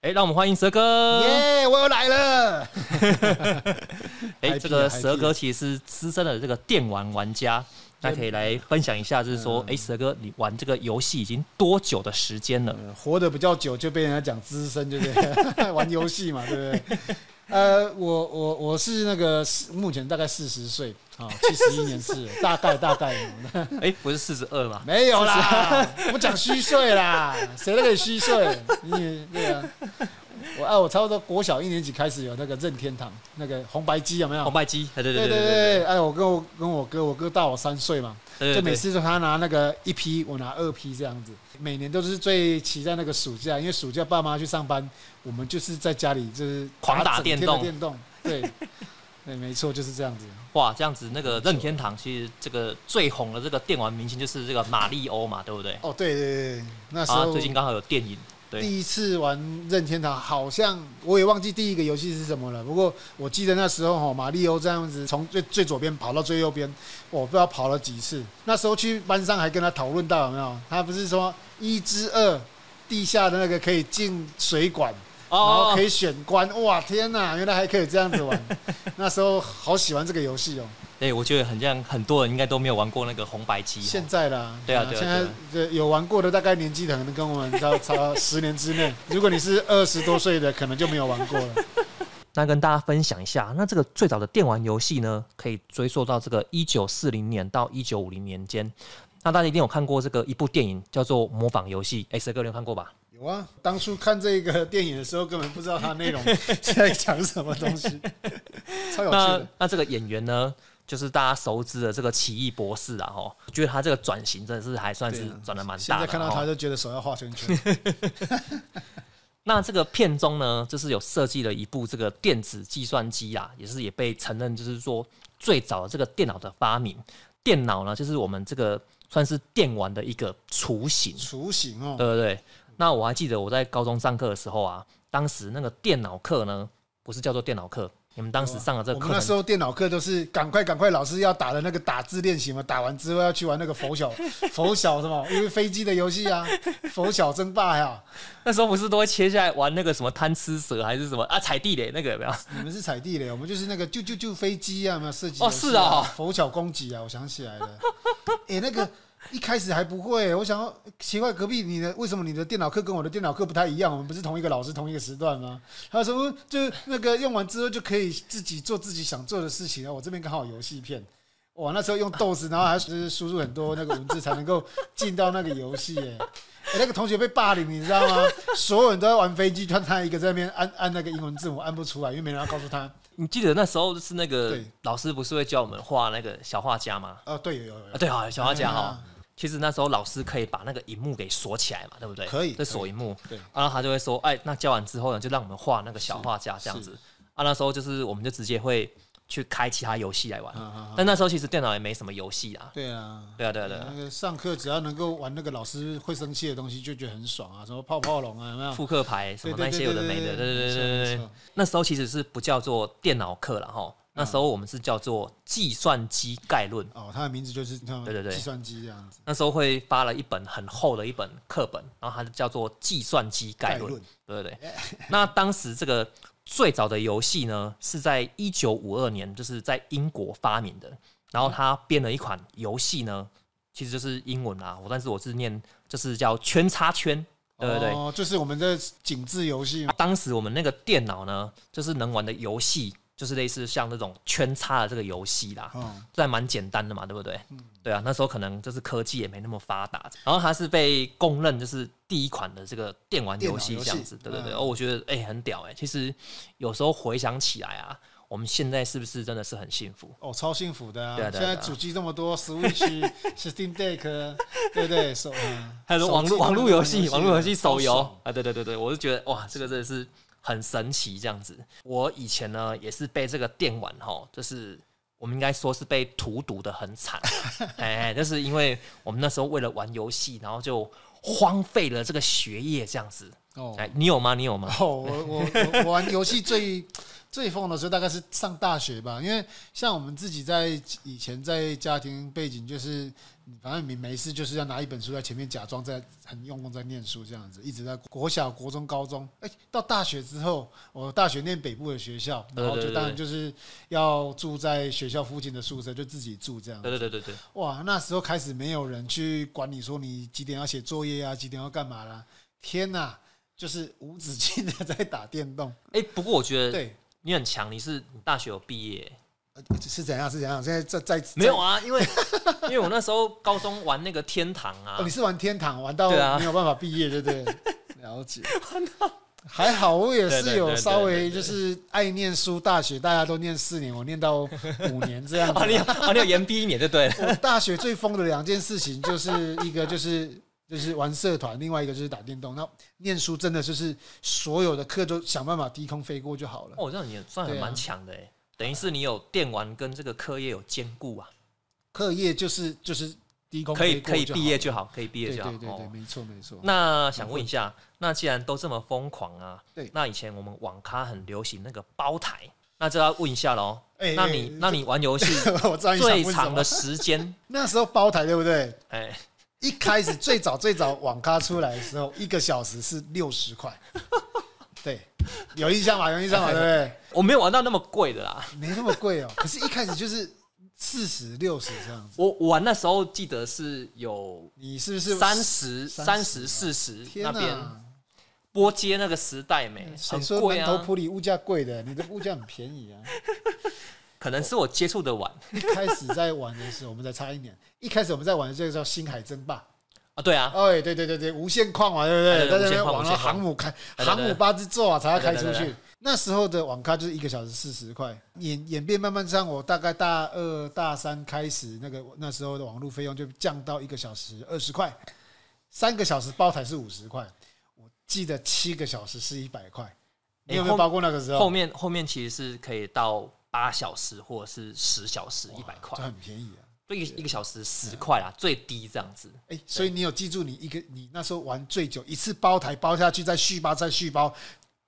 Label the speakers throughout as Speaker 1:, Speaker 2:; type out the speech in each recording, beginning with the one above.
Speaker 1: 哎，让我们欢迎蛇哥。
Speaker 2: 耶、我又来了。
Speaker 1: 哎，
Speaker 2: IP
Speaker 1: 这个
Speaker 2: 啊，IP
Speaker 1: 蛇哥其实是资深的这个电玩玩家，那可以来分享一下，就是说，
Speaker 2: 嗯
Speaker 1: 哎，蛇哥，你玩这个游戏已经多久的时间了？
Speaker 2: 呃活得比较久就被人家讲资深，对不对？ 玩游戏嘛，对不对？呃，我我我是那个目前大概四十岁啊，七十一年次了，大概大概
Speaker 1: 哎，不是四十二吗？
Speaker 2: 嗯没有啦，我讲虚岁啦，谁都可以虚岁，你对啊。我啊，我差不多国小一年级开始有那个任天堂那个红白机有没有？
Speaker 1: 红白机，哎对
Speaker 2: 对
Speaker 1: 对
Speaker 2: 对
Speaker 1: 对对
Speaker 2: 对，哎，我跟我跟我哥，我哥大我三岁嘛，
Speaker 1: 对，
Speaker 2: 就
Speaker 1: 对
Speaker 2: 每次都他拿那个一批，我拿二批这样子，每年都是最期待那个暑假，因为暑假爸妈去上班，我们就是在家里就是
Speaker 1: 狂打
Speaker 2: 整天
Speaker 1: 电
Speaker 2: 的
Speaker 1: 动
Speaker 2: 电动，对，对，没错，就是这样子。
Speaker 1: 哇，这样子那个任天堂其实这个最红的这个电玩明星就是这个马里欧嘛，对不对？
Speaker 2: 哦，对对对对，那时
Speaker 1: 啊，
Speaker 2: 候
Speaker 1: 最近刚好有电影，对，
Speaker 2: 第一次玩任天堂，好像我也忘记第一个游戏是什么了。不过我记得那时候哈，马里欧这样子从最最左边跑到最右边，我不知道跑了几次。那时候去班上还跟他讨论到有没有，他不是说一之二地下的那个可以进水管，
Speaker 1: 哦
Speaker 2: 然后可以选关。哇，天哪，原来还可以这样 子玩。那时候好喜欢这个游戏哦。
Speaker 1: 对，哎我觉得很像很多人应该都没有玩过那个红白机哦，
Speaker 2: 现在啦，
Speaker 1: 对啊对啊
Speaker 2: 现在对有玩过的大概年纪可能跟我们差差十年之内。如果你是二十多岁的，可能就没有玩过了。
Speaker 1: 那跟大家分享一下，那这个最早的电玩游戏呢，可以追溯到这个一九四零年到一九五零年间。那大家一定有看过这个一部电影叫做《模仿游戏》，哎，蛇哥你有看过吧？
Speaker 2: 有啊，当初看这个电影的时候，根本不知道它内容 是在讲什么 东西，超有趣
Speaker 1: 那
Speaker 2: 的。
Speaker 1: 那这个演员呢，就是大家熟知的这个奇异博士啊，吼，我觉得他这个转型真的是还算是
Speaker 2: 对啊
Speaker 1: 转的哦蛮
Speaker 2: 现
Speaker 1: 大
Speaker 2: 在
Speaker 1: 的。
Speaker 2: 看到
Speaker 1: 吼
Speaker 2: 他就觉得手要画 圈圈，
Speaker 1: 那这个片中呢，就是有设计了一部这个电子计算机啊，也是也被承认就是说最早的这个电脑的发明。电脑呢，就是我们这个算是电玩的一个雏形。
Speaker 2: 雏形哦，
Speaker 1: 对对对。那我还记得我在高中上课的时候啊，当时那个电脑课呢，不是叫做电脑课，你们当时上的这
Speaker 2: 哦我
Speaker 1: 个
Speaker 2: 们
Speaker 1: 课
Speaker 2: 那时
Speaker 1: 程，
Speaker 2: 候电脑课都是赶快赶快，老师要打的那个打字练习嘛，打完之后要去玩那个佛晓佛晓什么，因为飞机的游戏啊，佛晓争霸呀、
Speaker 1: 那时候不是都会切下来玩那个什么贪吃蛇还是什么啊踩地雷那个有没 有？
Speaker 2: 你们是踩地雷，我们就是那个救救救飞机啊，有没有射击、
Speaker 1: 哦
Speaker 2: 游戏
Speaker 1: 是啊
Speaker 2: 佛巧攻击啊，我想起来了。 哎、那个一开始还不会、我想要奇怪，隔壁你的为什么你的电脑课跟我的电脑课不太一样？我们不是同一个老师、同一个时段吗？他说嗯就是那个用完之后就可以自己做自己想做的事情啊。我这边刚好有游戏片。哇，那时候用豆子，然后还是输入很多那个文字才能够进到那个游戏耶。哎、那个同学被霸凌，你知道吗？所有人都在玩飞机，就他一个在那边按按那个英文字母，按不出来，因为没人要告诉他。
Speaker 1: 你记得那时候就是那个
Speaker 2: 对
Speaker 1: 老师不是会教我们画那个小画家吗？
Speaker 2: 哦，对，有有有
Speaker 1: 啊，对啊，小画家哈
Speaker 2: 啊。
Speaker 1: 其实那时候老师可以把那个荧幕给锁起来嘛，对不对？
Speaker 2: 可以
Speaker 1: 这锁荧幕。
Speaker 2: 对
Speaker 1: 啊然后他就会说，哎，那教完之后呢，就让我们画那个小画家这样子
Speaker 2: 是。
Speaker 1: 啊，那时候就是我们就直接会去开其他游戏来玩。
Speaker 2: 啊啊，啊
Speaker 1: 但那时候其实电脑也没什么游戏啊。
Speaker 2: 对啊，
Speaker 1: 对啊，对啊，对啊
Speaker 2: 那，个上课只要能够玩那个老师会生气的东西，就觉得很爽啊，什么泡泡龙啊，有没有？
Speaker 1: 复刻牌什
Speaker 2: 对
Speaker 1: 么
Speaker 2: 对
Speaker 1: 那
Speaker 2: 对
Speaker 1: 些有的没的，对对对对对
Speaker 2: 没
Speaker 1: 对
Speaker 2: 错。
Speaker 1: 那时候其实是不叫做电脑课了哈，那时候我们是叫做计算机概论。
Speaker 2: 哦，他的名字就是他
Speaker 1: 对对对
Speaker 2: 计算机这样子。
Speaker 1: 那时候会发了一本很厚的一本课本，然后它就叫做《计算机概论》，对不对？那当时这个最早的游戏呢，是在一九五二年，就是在英国发明的。然后他编了一款游戏呢，其实就是英文啊啦，我但是我是念就是叫圈叉圈，对不对？
Speaker 2: 哦，就是我们的景致游戏嘛。
Speaker 1: 当时我们那个电脑呢，就是能玩的游戏，就是类似像那种圈叉的这个游戏啦。
Speaker 2: 哦，
Speaker 1: 这还蛮简单的嘛，对不对？
Speaker 2: 嗯
Speaker 1: 对啊，那时候可能就是科技也没那么发达，然后它是被公认就是第一款的这个电玩游戏
Speaker 2: 电脑游
Speaker 1: 这
Speaker 2: 戏
Speaker 1: 样子，对对对。
Speaker 2: 嗯
Speaker 1: 哦，我觉得哎、很屌哎、其实有时候回想起来啊，我们现在是不是真的是很幸福？
Speaker 2: 哦，超幸福的啊！
Speaker 1: 对啊对啊
Speaker 2: 现
Speaker 1: 对啊
Speaker 2: 在主机这么多，Switch、Steam Deck，对不对？手嗯
Speaker 1: 还有网
Speaker 2: 手
Speaker 1: 络
Speaker 2: 机都
Speaker 1: 网
Speaker 2: 能
Speaker 1: 络
Speaker 2: 玩
Speaker 1: 游戏、网络游戏、
Speaker 2: 超
Speaker 1: 手游
Speaker 2: 爽
Speaker 1: 啊，对对对对，我就觉得哇，这个真的是很神奇这样子。我以前呢也是被这个电玩哈，就是我们应该说是被荼毒的很 惨，哎，就是因为我们那时候为了玩游戏，然后就荒废了这个学业这样子。
Speaker 2: 哦。
Speaker 1: 哎，你有吗？你有吗？
Speaker 2: 哦，我我我 我玩游戏最最疯的时候大概是上大学吧，因为像我们自己在以前在家庭背景就是反正你没事就是要拿一本书在前面假装在很用功在念书这样子，一直在国小、国中、高中，哎、到大学之后，我大学念北部的学校，
Speaker 1: 对
Speaker 2: 然后
Speaker 1: 对
Speaker 2: 就
Speaker 1: 对
Speaker 2: 当然就是要住在学校附近的宿舍，就自己住这样子
Speaker 1: 对对对对对，
Speaker 2: 哇，那时候开始没有人去管你说你几点要写作业啊，几点要干嘛啦、天哪、就是无止境的在打电动。
Speaker 1: 哎、不过我觉得
Speaker 2: 对，
Speaker 1: 你很强，你是你大学有毕业、
Speaker 2: 呃是怎样？是怎样？现在在在
Speaker 1: 没有啊？ 因为因为我那时候高中玩那个天堂啊
Speaker 2: 哦，你，是玩天堂玩到
Speaker 1: 对啊
Speaker 2: 没有办法毕业，对 不对？了解。还好我也
Speaker 1: 对对
Speaker 2: 是
Speaker 1: 对
Speaker 2: 有
Speaker 1: 对
Speaker 2: 稍微
Speaker 1: 对对
Speaker 2: 就是爱念书，大学大家都念四年，我念到五年这样子
Speaker 1: 啊，。你有啊，你有延毕一年就对了。
Speaker 2: 我大学最疯的两件事情，就是一个就是就是玩社团，另外一个就是打电动。那念书真的就是所有的课都想办法低空飞过就好了。
Speaker 1: 哦，这样你也算很
Speaker 2: 对啊
Speaker 1: 蛮强的哎、等于是你有电玩跟这个科业有兼顾啊，
Speaker 2: 课业就是就是低空
Speaker 1: 可以
Speaker 2: 飞
Speaker 1: 可
Speaker 2: 过
Speaker 1: 以
Speaker 2: 就好
Speaker 1: 毕业就好，可以毕
Speaker 2: 对
Speaker 1: 业
Speaker 2: 对
Speaker 1: 就好。
Speaker 2: 对对，
Speaker 1: 哦
Speaker 2: 没错没错。
Speaker 1: 那想问一下，那既然都这么疯狂啊，
Speaker 2: 对
Speaker 1: 那以前我们网咖很流行那个包台，那就要问一下喽。
Speaker 2: 哎
Speaker 1: 那
Speaker 2: 哎
Speaker 1: 你那你玩游 戏
Speaker 2: 我知道你想
Speaker 1: 最
Speaker 2: 问什
Speaker 1: 长
Speaker 2: 么
Speaker 1: 的。时间，
Speaker 2: 那时候包台对不对？
Speaker 1: 哎，
Speaker 2: 一开始最早最早网咖出来的时候，一个小时是六十块。对，有印象吧？有印象吧？对不对？
Speaker 1: 我没有玩到那么贵的啦。
Speaker 2: 没那么贵哦，可是一开始就是四十六十这样子。
Speaker 1: 我我玩那时候记得是有
Speaker 2: 你是不是
Speaker 1: 三十、三
Speaker 2: 30
Speaker 1: 十、
Speaker 2: 啊
Speaker 1: 四十
Speaker 2: 天嗯
Speaker 1: 那边
Speaker 2: 呐！
Speaker 1: 波接那个时代没
Speaker 2: 谁
Speaker 1: 很
Speaker 2: 说
Speaker 1: 贵
Speaker 2: 南头
Speaker 1: 啊，
Speaker 2: 埔里物价贵的？你的物价很便 宜啊！
Speaker 1: 可能是我接触的晚
Speaker 2: 一开始在玩的时候，我们才差一年。一开始我们在玩的这 个叫星海争霸，
Speaker 1: 啊，对啊，
Speaker 2: 哎，对对对对，无限矿啊嘛，对不对？
Speaker 1: 哎对对
Speaker 2: 在那
Speaker 1: 无限
Speaker 2: 边
Speaker 1: 矿
Speaker 2: 网
Speaker 1: 无
Speaker 2: 了
Speaker 1: 限矿
Speaker 2: 航母开
Speaker 1: 对对对
Speaker 2: 航母八只座啊，才要开
Speaker 1: 对
Speaker 2: 出
Speaker 1: 对对
Speaker 2: 去。那时候的网咖就是一个小时四十块，演演变慢慢上，我大概大二大三开始，那个那时候的网路费用就降到一个小时二十块，三个小时包台是五十块，我记得七个小时是一百块。你有没有
Speaker 1: 哎后
Speaker 2: 包括那个时候？
Speaker 1: 后面后面其实是可以到八小时或者是十小时一百
Speaker 2: 这
Speaker 1: 块，
Speaker 2: 很便宜啊！
Speaker 1: 就一个一个小时十块啊，最低这样子。
Speaker 2: 哎、所以你有记住你一个你那时候玩最久，一次包台包下去，再续包再续包，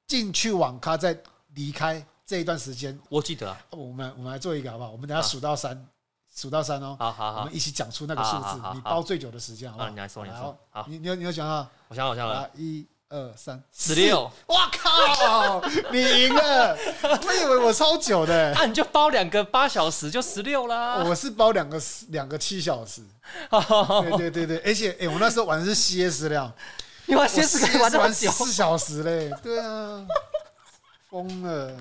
Speaker 2: 进去网咖再离开这一段时间，
Speaker 1: 我记得啊，
Speaker 2: 我们我们来做一个好不好？我们等下数到三，数到三哦，
Speaker 1: 好好
Speaker 2: 我
Speaker 1: 好
Speaker 2: 们，一起讲出那个数
Speaker 1: 好好
Speaker 2: 字
Speaker 1: 好，
Speaker 2: 你
Speaker 1: 好
Speaker 2: 包最久的时间好不好？
Speaker 1: 啊你来说你来说
Speaker 2: 好
Speaker 1: 好
Speaker 2: 你你有你有讲到
Speaker 1: 我想好像了，
Speaker 2: 啊，一二三，
Speaker 1: 十六
Speaker 2: 哇靠，你赢了！我以为我超久的，
Speaker 1: 啊，你就包两个八小时就十六 啦。
Speaker 2: 哦我是包两个两个七 小时。
Speaker 1: 哦
Speaker 2: 对对对对，而且哎、我那时候玩的是 CS 量，
Speaker 1: 你玩
Speaker 2: 我
Speaker 1: CS 可以玩
Speaker 2: CS
Speaker 1: 这么
Speaker 2: 玩
Speaker 1: 久？
Speaker 2: 四小时嘞，对啊，疯了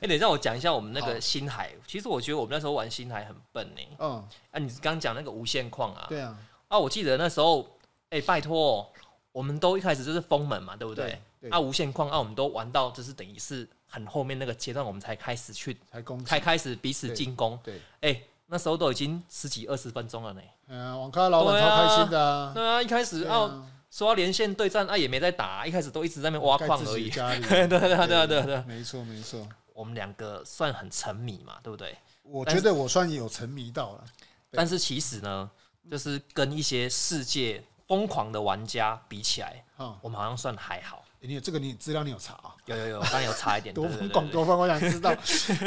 Speaker 1: 哎，你让我讲一下我们那个
Speaker 2: 好
Speaker 1: 星海。其实我觉得我们那时候玩星海很笨呢。
Speaker 2: 哦，
Speaker 1: 啊，你刚讲那个无限矿啊，
Speaker 2: 对啊，
Speaker 1: 啊，我记得那时候，哎、拜托，我们都一开始就是封门嘛，对不对？
Speaker 2: 对对
Speaker 1: 啊，无限矿啊，我们都玩到就是等于是很后面那个阶段，我们才开始去
Speaker 2: 才攻
Speaker 1: 才开始彼此进攻。
Speaker 2: 对，
Speaker 1: 哎、那时候都已经十几二十分钟了呢。
Speaker 2: 嗯、网咖老板超开心的啊，
Speaker 1: 对啊，一开始
Speaker 2: 对
Speaker 1: 啊
Speaker 2: 啊，
Speaker 1: 说要连线对战啊也没在打、一开始都一直在那边挖
Speaker 2: 盖
Speaker 1: 矿
Speaker 2: 自
Speaker 1: 而
Speaker 2: 己
Speaker 1: 已。
Speaker 2: 家里
Speaker 1: 对啊对啊对啊对啊对啊对啊，
Speaker 2: 没错没错，
Speaker 1: 我们两个算很沉迷嘛，对不对？
Speaker 2: 我
Speaker 1: 但
Speaker 2: 觉
Speaker 1: 是
Speaker 2: 得我算有沉迷到了，对
Speaker 1: 但是其实呢，就是跟一些世界疯狂的玩家比起来，
Speaker 2: 哈、
Speaker 1: 我们好像算还好。
Speaker 2: 哦你有这个你资料你有查啊？
Speaker 1: 有有有，我刚刚有差 一点，
Speaker 2: 多
Speaker 1: 对
Speaker 2: 疯
Speaker 1: 对对
Speaker 2: 狂
Speaker 1: 对
Speaker 2: 多疯狂，我想知道。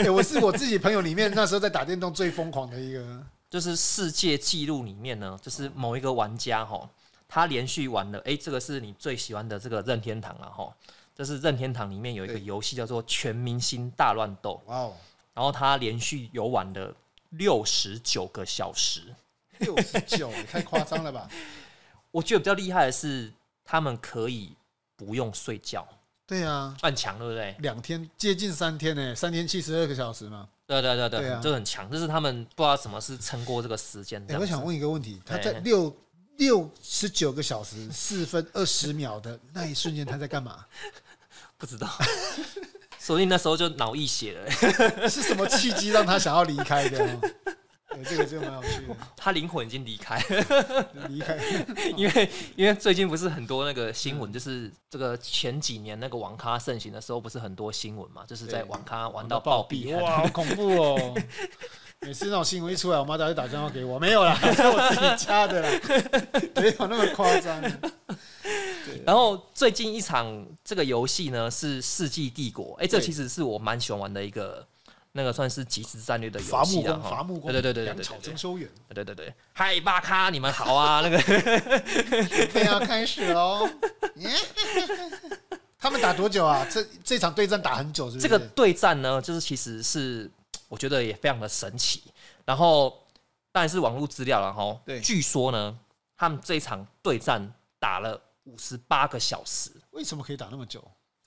Speaker 2: 哎、我是我自己朋友里面那时候在打电动最疯狂的一个，
Speaker 1: 就是世界纪录里面呢，就是某一个玩家吼，他连续玩了，诶，这个是你最喜欢的这个任天堂啊吼，就是任天堂里面有一个
Speaker 2: 对
Speaker 1: 游戏叫做《全明星大乱斗
Speaker 2: 哇哦，》，
Speaker 1: 然后他连续游玩了六十九个小时。
Speaker 2: 六十 九，太夸张了吧？
Speaker 1: 我觉得比较厉害的是，他们可以不用睡觉，
Speaker 2: 对啊，
Speaker 1: 很强，对不对？
Speaker 2: 两天接近三天呢、三天七十二个小时嘛。
Speaker 1: 对对对对，
Speaker 2: 对啊
Speaker 1: 就很强，就是他们不知道什么是撑过这个时间
Speaker 2: 哎、
Speaker 1: 这样
Speaker 2: 我
Speaker 1: 子。
Speaker 2: 想问一个问题，他在
Speaker 1: 哎
Speaker 2: 六六十九个小时四分二十秒的那一瞬间，他在 干嘛？
Speaker 1: 不知道，所以那时候就脑溢血了。
Speaker 2: 是什么契机让他想要离开的 哦？对，这个就蛮有趣
Speaker 1: 他灵魂已经离开了，
Speaker 2: 的，离开。
Speaker 1: 因为因为最近不是很多那个新闻，
Speaker 2: 嗯
Speaker 1: 就是这个前几年那个网咖盛行的时候，不是很多新闻嘛，就是在
Speaker 2: 对
Speaker 1: 网咖玩到暴毙，
Speaker 2: 哇，好恐怖哦！ 每次那种新闻一出来，我妈都会打电话给我，没有啦， 是我自己家的啦， 没有那么夸张。
Speaker 1: 然后最近一场这个游戏呢是《世纪帝国》，哎，这
Speaker 2: 对
Speaker 1: 其实是我蛮喜欢玩的一个那个算是即时战略的
Speaker 2: 伐
Speaker 1: 游
Speaker 2: 木
Speaker 1: 戏啊，
Speaker 2: 工，
Speaker 1: 哈
Speaker 2: 伐木工，
Speaker 1: 对对对对对
Speaker 2: 粮
Speaker 1: 对
Speaker 2: 草
Speaker 1: 对
Speaker 2: 征收员，
Speaker 1: 对对对对，嗨巴卡，你们好啊，那个
Speaker 2: 准备要开 始喽。他们打多久啊？这这场对战打很久，是不
Speaker 1: 这
Speaker 2: 是？
Speaker 1: 个对战呢，就是其实是我觉得也非常的神奇。然后当然是网络资料了哈。
Speaker 2: 对
Speaker 1: 据说呢，他们这一场对战打了五十八个小时，
Speaker 2: 为什么可以打那么久？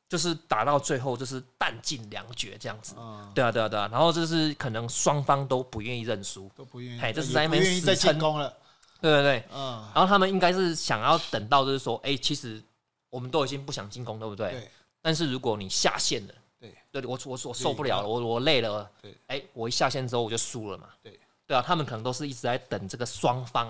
Speaker 1: 就是打到最后就是弹尽粮绝这样子。
Speaker 2: 啊，
Speaker 1: 对啊，对啊，对啊。然后就是可能双方都不愿意认输，
Speaker 2: 都不愿意，
Speaker 1: 嘿哎就是
Speaker 2: 也
Speaker 1: 在那
Speaker 2: 不
Speaker 1: 边
Speaker 2: 愿意再
Speaker 1: 死撑
Speaker 2: 进攻了。
Speaker 1: 对对对。
Speaker 2: 嗯，
Speaker 1: 然后他们应该是想要等到就是说，哎、其实我们都已经不想进攻，对不对？
Speaker 2: 对
Speaker 1: 但是如果你下线了，
Speaker 2: 对，
Speaker 1: 对我我我受不了了，我我累了，
Speaker 2: 对，
Speaker 1: 哎、我一下线之后我就输了嘛，
Speaker 2: 对，啊
Speaker 1: 对啊，他们可能都是一直在等这个双方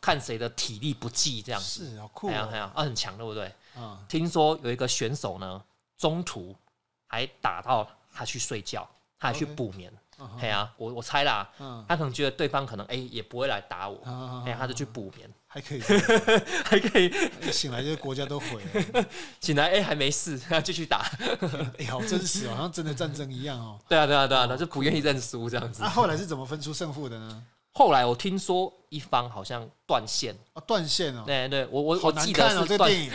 Speaker 1: 看谁的体力不济这样子，
Speaker 2: 是好酷
Speaker 1: 哎呀哎
Speaker 2: 哦。
Speaker 1: 呀，啊很强对不对？
Speaker 2: 嗯，
Speaker 1: 听说有一个选手呢，中途还打到他去睡觉，他还去
Speaker 2: OK
Speaker 1: 补眠，
Speaker 2: 嗯哼
Speaker 1: 哎呀，我我猜啦，
Speaker 2: 嗯，
Speaker 1: 他可能觉得对方可能哎、也不会来打我，
Speaker 2: 啊
Speaker 1: 哎、他就去补眠，
Speaker 2: 还可以这样，
Speaker 1: 还可以
Speaker 2: 一醒来这些国家都毁 了。
Speaker 1: 醒来哎、还没事， 继续打，
Speaker 2: 哎呀，好真实哦，好像真的战争一 样哦。
Speaker 1: 对啊对啊对啊，他就不愿意认输这样子
Speaker 2: 那。后来是怎么分出胜负的呢？
Speaker 1: 后来我听说一方好像断线，
Speaker 2: 哦，断线哦，
Speaker 1: 对对，我我
Speaker 2: 好
Speaker 1: 我
Speaker 2: 难
Speaker 1: 记得
Speaker 2: 看哦，
Speaker 1: 是
Speaker 2: 这
Speaker 1: 断
Speaker 2: 电，影，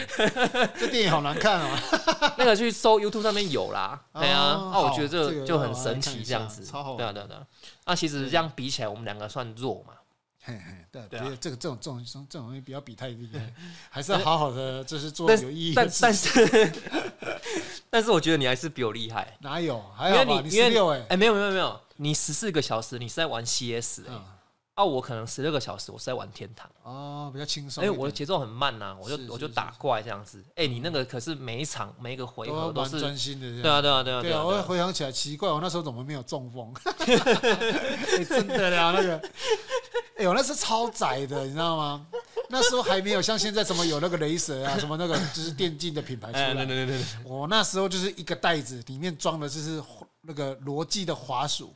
Speaker 2: 这电影好难看哦。
Speaker 1: 那个去搜 YouTube 上面有啦，对啊
Speaker 2: 哦，
Speaker 1: 那我
Speaker 2: 好
Speaker 1: 觉得
Speaker 2: 这个
Speaker 1: 就就很
Speaker 2: 我来
Speaker 1: 神
Speaker 2: 看一
Speaker 1: 奇
Speaker 2: 下
Speaker 1: 这样子，
Speaker 2: 超好玩
Speaker 1: 对啊对啊对啊。那其实这样比起来，我们两个算弱 嘛，
Speaker 2: 嘿嘿，对，
Speaker 1: 对
Speaker 2: 对、
Speaker 1: 啊
Speaker 2: 这个这种这种这种这种东西不要比太 厉害，还是要好好的，就是做
Speaker 1: 但
Speaker 2: 有意义的
Speaker 1: 但
Speaker 2: 事。
Speaker 1: 但是 但是我觉得你还是比我厉害，
Speaker 2: 哪有？还
Speaker 1: 因为
Speaker 2: 好吧？
Speaker 1: 你
Speaker 2: 你
Speaker 1: 因
Speaker 2: 十六
Speaker 1: 为
Speaker 2: 哎，
Speaker 1: 哎没有没有没有，你十四个小时你是在玩 CS 哎
Speaker 2: 嗯，
Speaker 1: 啊我可能十六个小时我是在玩天堂。
Speaker 2: 哦，比较轻松
Speaker 1: 哎，
Speaker 2: 一点。
Speaker 1: 我的节奏很慢呐、我
Speaker 2: 是
Speaker 1: 就是我就是打怪这样子。哎，你那个可是每一场每一个回合
Speaker 2: 都
Speaker 1: 都
Speaker 2: 蛮
Speaker 1: 是，
Speaker 2: 专心的这
Speaker 1: 对
Speaker 2: 样。
Speaker 1: 啊对啊对啊
Speaker 2: 对
Speaker 1: 对啊
Speaker 2: 啊，我
Speaker 1: 对
Speaker 2: 会
Speaker 1: 啊，
Speaker 2: 回想起来，奇怪，我那时候怎么没有 中风？哎真的啦，那个，哎、我那是超窄的，你知道吗？那时候还没有像现在什么有那个雷蛇啊，什么那个就是电竞的品牌出
Speaker 1: 哎
Speaker 2: 来。
Speaker 1: 对对对对。
Speaker 2: 我哦那时候就是一个袋子，里面装的就是那个罗技的滑鼠，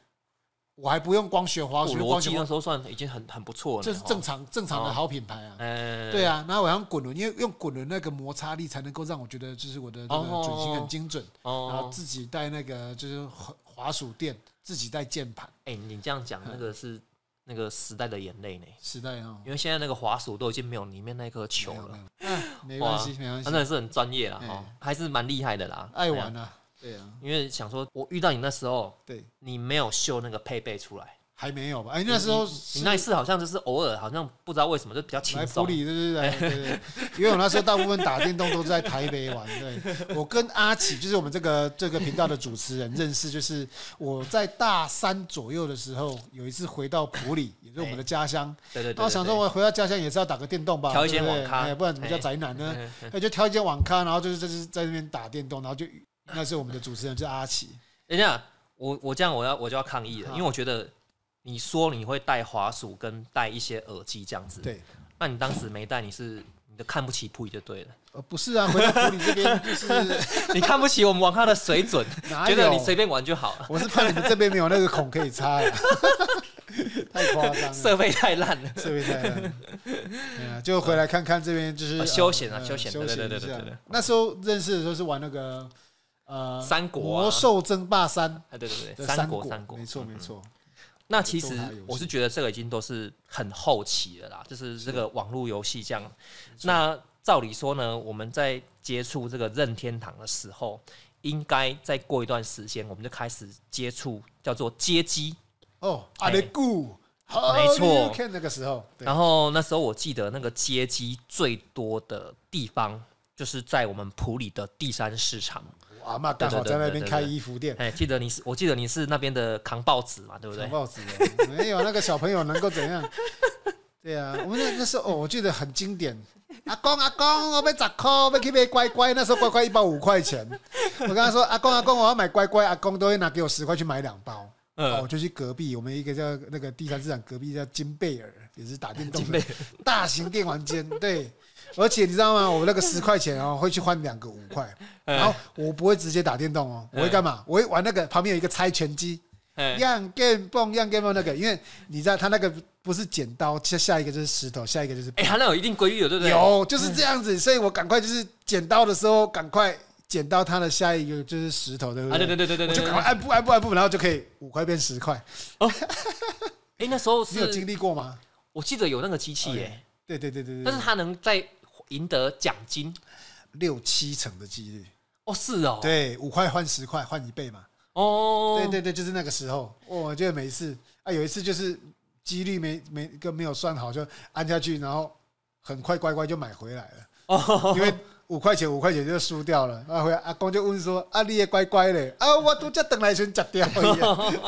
Speaker 2: 我还不用光学滑
Speaker 1: 我
Speaker 2: 鼠，
Speaker 1: 哦逻
Speaker 2: 光
Speaker 1: 辑
Speaker 2: 学
Speaker 1: 那
Speaker 2: 滑
Speaker 1: 时候算已经很很不错了，哦
Speaker 2: 这是正常正常的好品牌啊。
Speaker 1: 嗯，
Speaker 2: 对啊，然后我用滚轮，因为用滚轮那个摩擦力才能够让我觉得就是我的这
Speaker 1: 哦
Speaker 2: 个准心很精准。然后
Speaker 1: 哦，
Speaker 2: 自己带那个就是滑滑鼠垫，自己带键盘，
Speaker 1: 哎、你这样讲那个是那个时代的眼泪呢，
Speaker 2: 时代哦。
Speaker 1: 因为现在那个滑鼠都已经没有里面那颗球了，
Speaker 2: 哎没关系，
Speaker 1: 哇啊
Speaker 2: 没关
Speaker 1: 他
Speaker 2: 系
Speaker 1: 真，的是很专业啦，
Speaker 2: 哎
Speaker 1: 哈、还是蛮厉害的啦，
Speaker 2: 爱
Speaker 1: 对啊
Speaker 2: 玩啊。对啊，
Speaker 1: 因为想说，我遇到你那时候，
Speaker 2: 对，
Speaker 1: 你没有秀那个配备出来，
Speaker 2: 还没有吧？哎，那时候
Speaker 1: 你那一次好像就是偶尔，好像不知道为什么就比较轻
Speaker 2: 来
Speaker 1: 松
Speaker 2: 普。里对 对哎对对对，因为我那时候大部分打电动都是在台北玩。对，我跟阿启就是我们这个这个频道的主持人认识，就是我在大三左右的时候，有一次回到普里，也就是我们的家乡。
Speaker 1: 对哎对对对
Speaker 2: 然后想说，我回到家乡也是要打个电动吧，
Speaker 1: 挑一间
Speaker 2: 对不对
Speaker 1: 网咖
Speaker 2: 哎不然怎么叫
Speaker 1: 哎
Speaker 2: 宅男 呢？
Speaker 1: 嗯
Speaker 2: 那就挑一间网咖，然后就是就是在那边打电动，然后就那是我们的主持人就是阿奇，
Speaker 1: 等一下，我我这样我要我就要抗议了，
Speaker 2: 好
Speaker 1: 因为我觉得你说你会带滑鼠跟带一些耳机这样子，
Speaker 2: 对，
Speaker 1: 那你当时没带，你是你都看不起溥仪就对了，
Speaker 2: 呃不是啊，回到普里这边就是
Speaker 1: 你看不起我们网咖的水 准，
Speaker 2: 哪
Speaker 1: 觉
Speaker 2: 有？
Speaker 1: 得你随便玩就好了，
Speaker 2: 我是怕你们这边没有那个孔可以插呀， 太夸张 了，
Speaker 1: 设备太烂了。
Speaker 2: 设备太烂了，对啊，就回来看看这边就是
Speaker 1: 啊
Speaker 2: 呃
Speaker 1: 休闲啊
Speaker 2: 呃
Speaker 1: 休闲
Speaker 2: 休闲
Speaker 1: 对对对
Speaker 2: 一
Speaker 1: 对
Speaker 2: 下
Speaker 1: 对对对。
Speaker 2: 那时候认识的时候是玩那个呃
Speaker 1: 三国啊
Speaker 2: 魔兽争霸三
Speaker 1: 啊，对对对，
Speaker 2: 的
Speaker 1: 三
Speaker 2: 国
Speaker 1: 国三国
Speaker 2: 没错
Speaker 1: 嗯
Speaker 2: 没错，
Speaker 1: 那其实
Speaker 2: 都打游戏
Speaker 1: 我是觉得这个已经都是很后期了啦，就是这个网络游戏这样。那照理说呢，我们在接触这个任天堂的时候，应该再过一段时间，我们就开始接触叫做街机。
Speaker 2: 哦，
Speaker 1: 哎
Speaker 2: 阿雷固，
Speaker 1: 没错
Speaker 2: 看那个时候，对
Speaker 1: 然后那时候我记得那个街机最多的地方。就是在我们普里的第三市场，
Speaker 2: 我阿妈刚好
Speaker 1: 对对对
Speaker 2: 在那边
Speaker 1: 对对
Speaker 2: 开
Speaker 1: 对
Speaker 2: 衣服店。
Speaker 1: 哎，记得你是，我记得你是那边的扛报纸嘛，对不对
Speaker 2: 抢？报纸的，没有那个小朋友能够怎样？ 对啊，我们那那时候哦，我记得很经典。阿公阿公，我被砸扣，被去被乖乖。那时候乖乖一包五块钱，我跟他说阿公阿公，我要买乖乖，阿公都会拿给我十块去买两包。
Speaker 1: 嗯
Speaker 2: 哦，我就去隔壁，我们一个叫那个第三市场隔壁叫金贝尔，也是打电动的大型电玩间。对，而且你知道吗？我那个十块钱哦，会去换两个五块，
Speaker 1: 嗯
Speaker 2: 然后我不会直接打电动哦，我会干嘛？我会玩那个旁边有一个猜拳机。
Speaker 1: 哎，
Speaker 2: 样 game 蹦样 game 蹦那个，因为你知道他那个不是剪刀，下下一个就是石头，下一个就是
Speaker 1: 哎，它那有一定规律的，对不对？
Speaker 2: 有就是这样子，所以我赶快就是剪刀的时候赶快捡到它的下一个就是石头，对不
Speaker 1: 啊，
Speaker 2: 对？
Speaker 1: 对对对对对
Speaker 2: 我
Speaker 1: 对
Speaker 2: 就
Speaker 1: 对
Speaker 2: 赶快。按步按步按步，然后就可以五块变十块。
Speaker 1: 哎，那时候
Speaker 2: 你有经
Speaker 1: 是
Speaker 2: 历过吗？
Speaker 1: 我记得有那个机器耶，
Speaker 2: 对对对对对
Speaker 1: 但是，它能在赢得奖金
Speaker 2: 六七成的几率，
Speaker 1: 哦，是哦，
Speaker 2: 对，五块换十块，换一倍嘛。
Speaker 1: 哦，
Speaker 2: 对对对，就是那个时候，哦我觉得每一次啊，有一次就是几率没没跟没有算好，就按下去，然后很快乖乖就买回来了，
Speaker 1: 哦，
Speaker 2: 因为五块钱五块钱就输掉了。啊，回来阿公就问说：“啊，你也乖乖嘞，啊，我都在等来全吃掉一样。”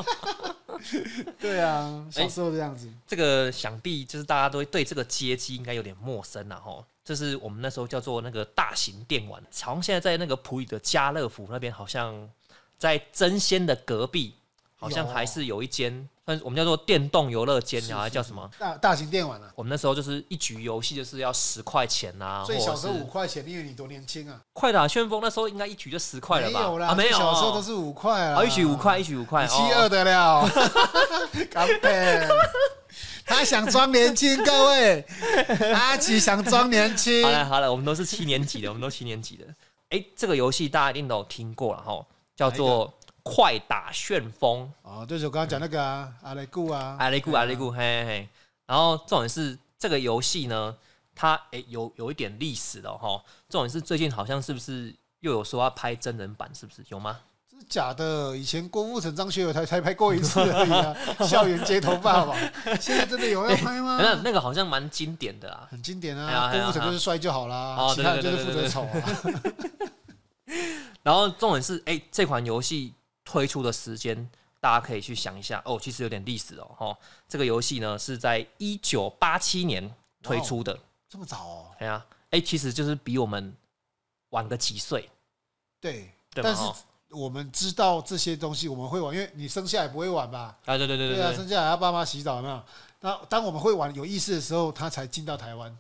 Speaker 2: 对啊，
Speaker 1: 哎
Speaker 2: 小时候这样子，
Speaker 1: 这个想必就是大家都对这个街机应该有点陌生了吼。就是我们那时候叫做那个大型电玩，好像现在在那个普里的家乐福那边，好像在真仙的隔壁，好像
Speaker 2: 有
Speaker 1: 还是有一间，算是我们叫做电动游乐间，然后还叫什么？
Speaker 2: 大大型电玩啊，
Speaker 1: 我们那时候就是一局游戏就是要十块钱呐、啊，
Speaker 2: 所以
Speaker 1: 或者
Speaker 2: 小时候
Speaker 1: 是
Speaker 2: 五块钱，因为你多年轻啊，
Speaker 1: 快打旋风那时候应该一局就十块了吧？
Speaker 2: 没有啦，
Speaker 1: 啊没有哦，
Speaker 2: 小时候都是五块啊，
Speaker 1: 啊一局五块，一局五块，
Speaker 2: 你七二
Speaker 1: 哦
Speaker 2: 得了， 干杯！他想装年轻，各位，阿奇想装年轻
Speaker 1: 好。了好了，我们都是七年级的，我们都七年级的。哎、这个游戏大家一定都有听过了哈，叫做《快打旋风》。
Speaker 2: 哦，就是我刚刚讲那个啊，阿雷固啊，
Speaker 1: 阿雷固阿雷固，嘿嘿嘿。然后重点是这个游戏呢，它诶、有有一点历史了哈。重点是最近好像是不是又有说要拍真人版，是不是有吗？
Speaker 2: 是假的。以前郭富城、张学友才才拍过一次而已啊，校园街头霸王。现在真的有要拍吗？
Speaker 1: 那那个好像蛮经典的啊。
Speaker 2: 很经典
Speaker 1: 哎呀
Speaker 2: 啊，
Speaker 1: 哎呀
Speaker 2: 郭富城就是帅就好啦
Speaker 1: 哦，
Speaker 2: 其他人
Speaker 1: 对
Speaker 2: 就
Speaker 1: 对
Speaker 2: 是
Speaker 1: 对
Speaker 2: 负责丑啊。
Speaker 1: 然后重点是，哎、这款游戏推出的时间，大家可以去想一下哦。其实有点历史哦，哈。这个游戏呢是在一九八七年推出的，
Speaker 2: 这么早哦？
Speaker 1: 哎呀、哎、其实就是比我们晚个几岁，
Speaker 2: 对，
Speaker 1: 对吧？
Speaker 2: 但是
Speaker 1: 哦
Speaker 2: 我们知道这些东西，我们会玩，因为你生下来不会玩吧？
Speaker 1: 啊，对对对对
Speaker 2: 对
Speaker 1: 对，
Speaker 2: 啊，生下来他爸妈洗澡有没有？那当我们会玩有意识的时候，他才进到台湾。